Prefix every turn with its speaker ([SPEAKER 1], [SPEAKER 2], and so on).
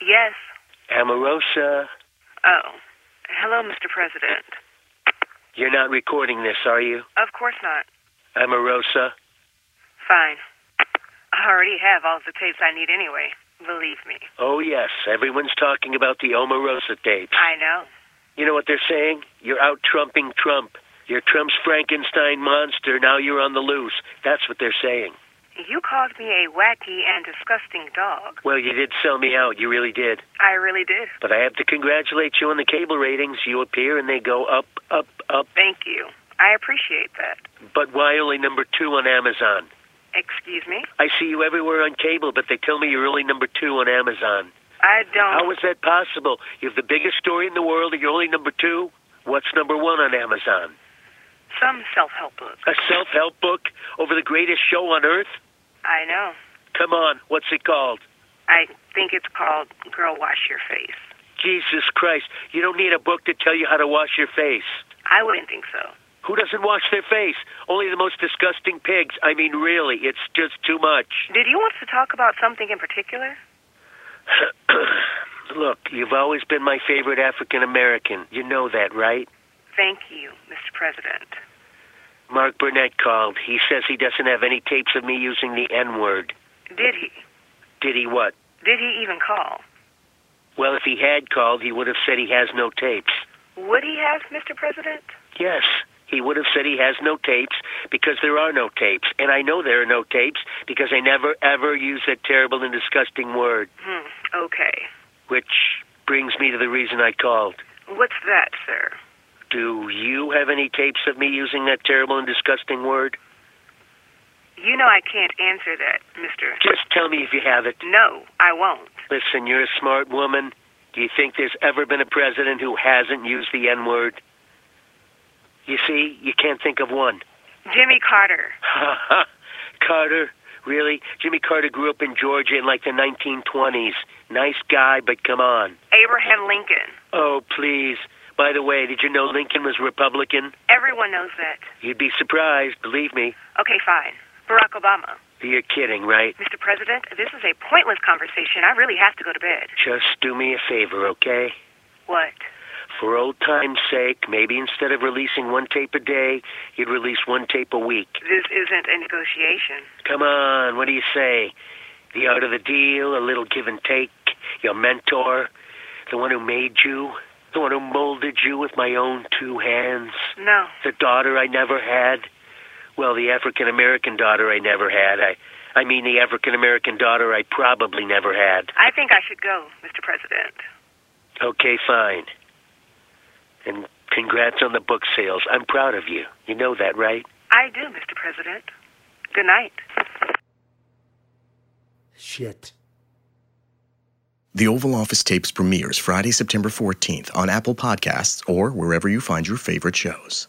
[SPEAKER 1] Yes.
[SPEAKER 2] Amorosa,
[SPEAKER 1] Oh. Hello, Mr. President.
[SPEAKER 2] you're not recording this, are you?
[SPEAKER 1] Of course not.
[SPEAKER 2] Amorosa,
[SPEAKER 1] Fine. I already have all the tapes I need anyway. Believe me.
[SPEAKER 2] oh yes, everyone's talking about the Omarosa tapes.
[SPEAKER 1] I know.
[SPEAKER 2] You know what they're saying? You're out trumping Trump. You're Trump's Frankenstein monster. Now you're on the loose. That's what they're saying.
[SPEAKER 1] You called me a wacky and disgusting dog.
[SPEAKER 2] Well, you did sell me out. You really did.
[SPEAKER 1] I really did.
[SPEAKER 2] But I have to congratulate you on the cable ratings. You appear and they go up, up, up.
[SPEAKER 1] Thank you. I appreciate that.
[SPEAKER 2] But why only number two on Amazon?
[SPEAKER 1] Excuse me?
[SPEAKER 2] I see you everywhere on cable, but they tell me you're only number two on Amazon.
[SPEAKER 1] I don't.
[SPEAKER 2] How is that possible? You have the biggest story in the world and you're only number two? What's number one on Amazon?
[SPEAKER 1] Some self help book.
[SPEAKER 2] A self help book over the greatest show on earth?
[SPEAKER 1] I know.
[SPEAKER 2] Come on, what's it called?
[SPEAKER 1] I think it's called Girl Wash Your Face.
[SPEAKER 2] Jesus Christ, you don't need a book to tell you how to wash your face.
[SPEAKER 1] I wouldn't think so.
[SPEAKER 2] Who doesn't wash their face? Only the most disgusting pigs. I mean, really, it's just too much.
[SPEAKER 1] Did you want to talk about something in particular?
[SPEAKER 2] Look, you've always been my favorite African American. You know that, right?
[SPEAKER 1] Thank you, Mr. President.
[SPEAKER 2] Mark Burnett called. He says he doesn't have any tapes of me using the N word.
[SPEAKER 1] Did he?
[SPEAKER 2] Did he what?
[SPEAKER 1] Did he even call?
[SPEAKER 2] Well, if he had called, he would have said he has no tapes.
[SPEAKER 1] Would he have, Mr. President?
[SPEAKER 2] Yes, he would have said he has no tapes because there are no tapes. And I know there are no tapes because I never, ever use that terrible and disgusting word.
[SPEAKER 1] Hmm, okay.
[SPEAKER 2] Which brings me to the reason I called.
[SPEAKER 1] What's that, sir?
[SPEAKER 2] Do you have any tapes of me using that terrible and disgusting word?
[SPEAKER 1] You know I can't answer that, Mr.
[SPEAKER 2] Just tell me if you have it.
[SPEAKER 1] No, I won't.
[SPEAKER 2] Listen, you're a smart woman. Do you think there's ever been a president who hasn't used the N word? You see, you can't think of one.
[SPEAKER 1] Jimmy Carter.
[SPEAKER 2] Carter, really? Jimmy Carter grew up in Georgia in like the 1920s. Nice guy, but come on.
[SPEAKER 1] Abraham Lincoln.
[SPEAKER 2] Oh, please. By the way, did you know Lincoln was Republican?
[SPEAKER 1] Everyone knows that.
[SPEAKER 2] You'd be surprised, believe me.
[SPEAKER 1] Okay, fine. Barack Obama.
[SPEAKER 2] You're kidding, right?
[SPEAKER 1] Mr. President, this is a pointless conversation. I really have to go to bed.
[SPEAKER 2] Just do me a favor, okay?
[SPEAKER 1] What?
[SPEAKER 2] For old time's sake, maybe instead of releasing one tape a day, you'd release one tape a week.
[SPEAKER 1] This isn't a negotiation.
[SPEAKER 2] Come on, what do you say? The art of the deal, a little give and take, your mentor, the one who made you, the one who molded you with my own two hands,
[SPEAKER 1] No.
[SPEAKER 2] the daughter I never had. Well, the African American daughter I never had. I I mean the African American daughter I probably never had.
[SPEAKER 1] I think I should go, Mr. President.
[SPEAKER 2] Okay, fine. And congrats on the book sales. I'm proud of you. You know that, right?
[SPEAKER 1] I do, Mr. President. Good night.
[SPEAKER 3] Shit.
[SPEAKER 4] The Oval Office Tapes premieres Friday, September 14th on Apple Podcasts or wherever you find your favorite shows.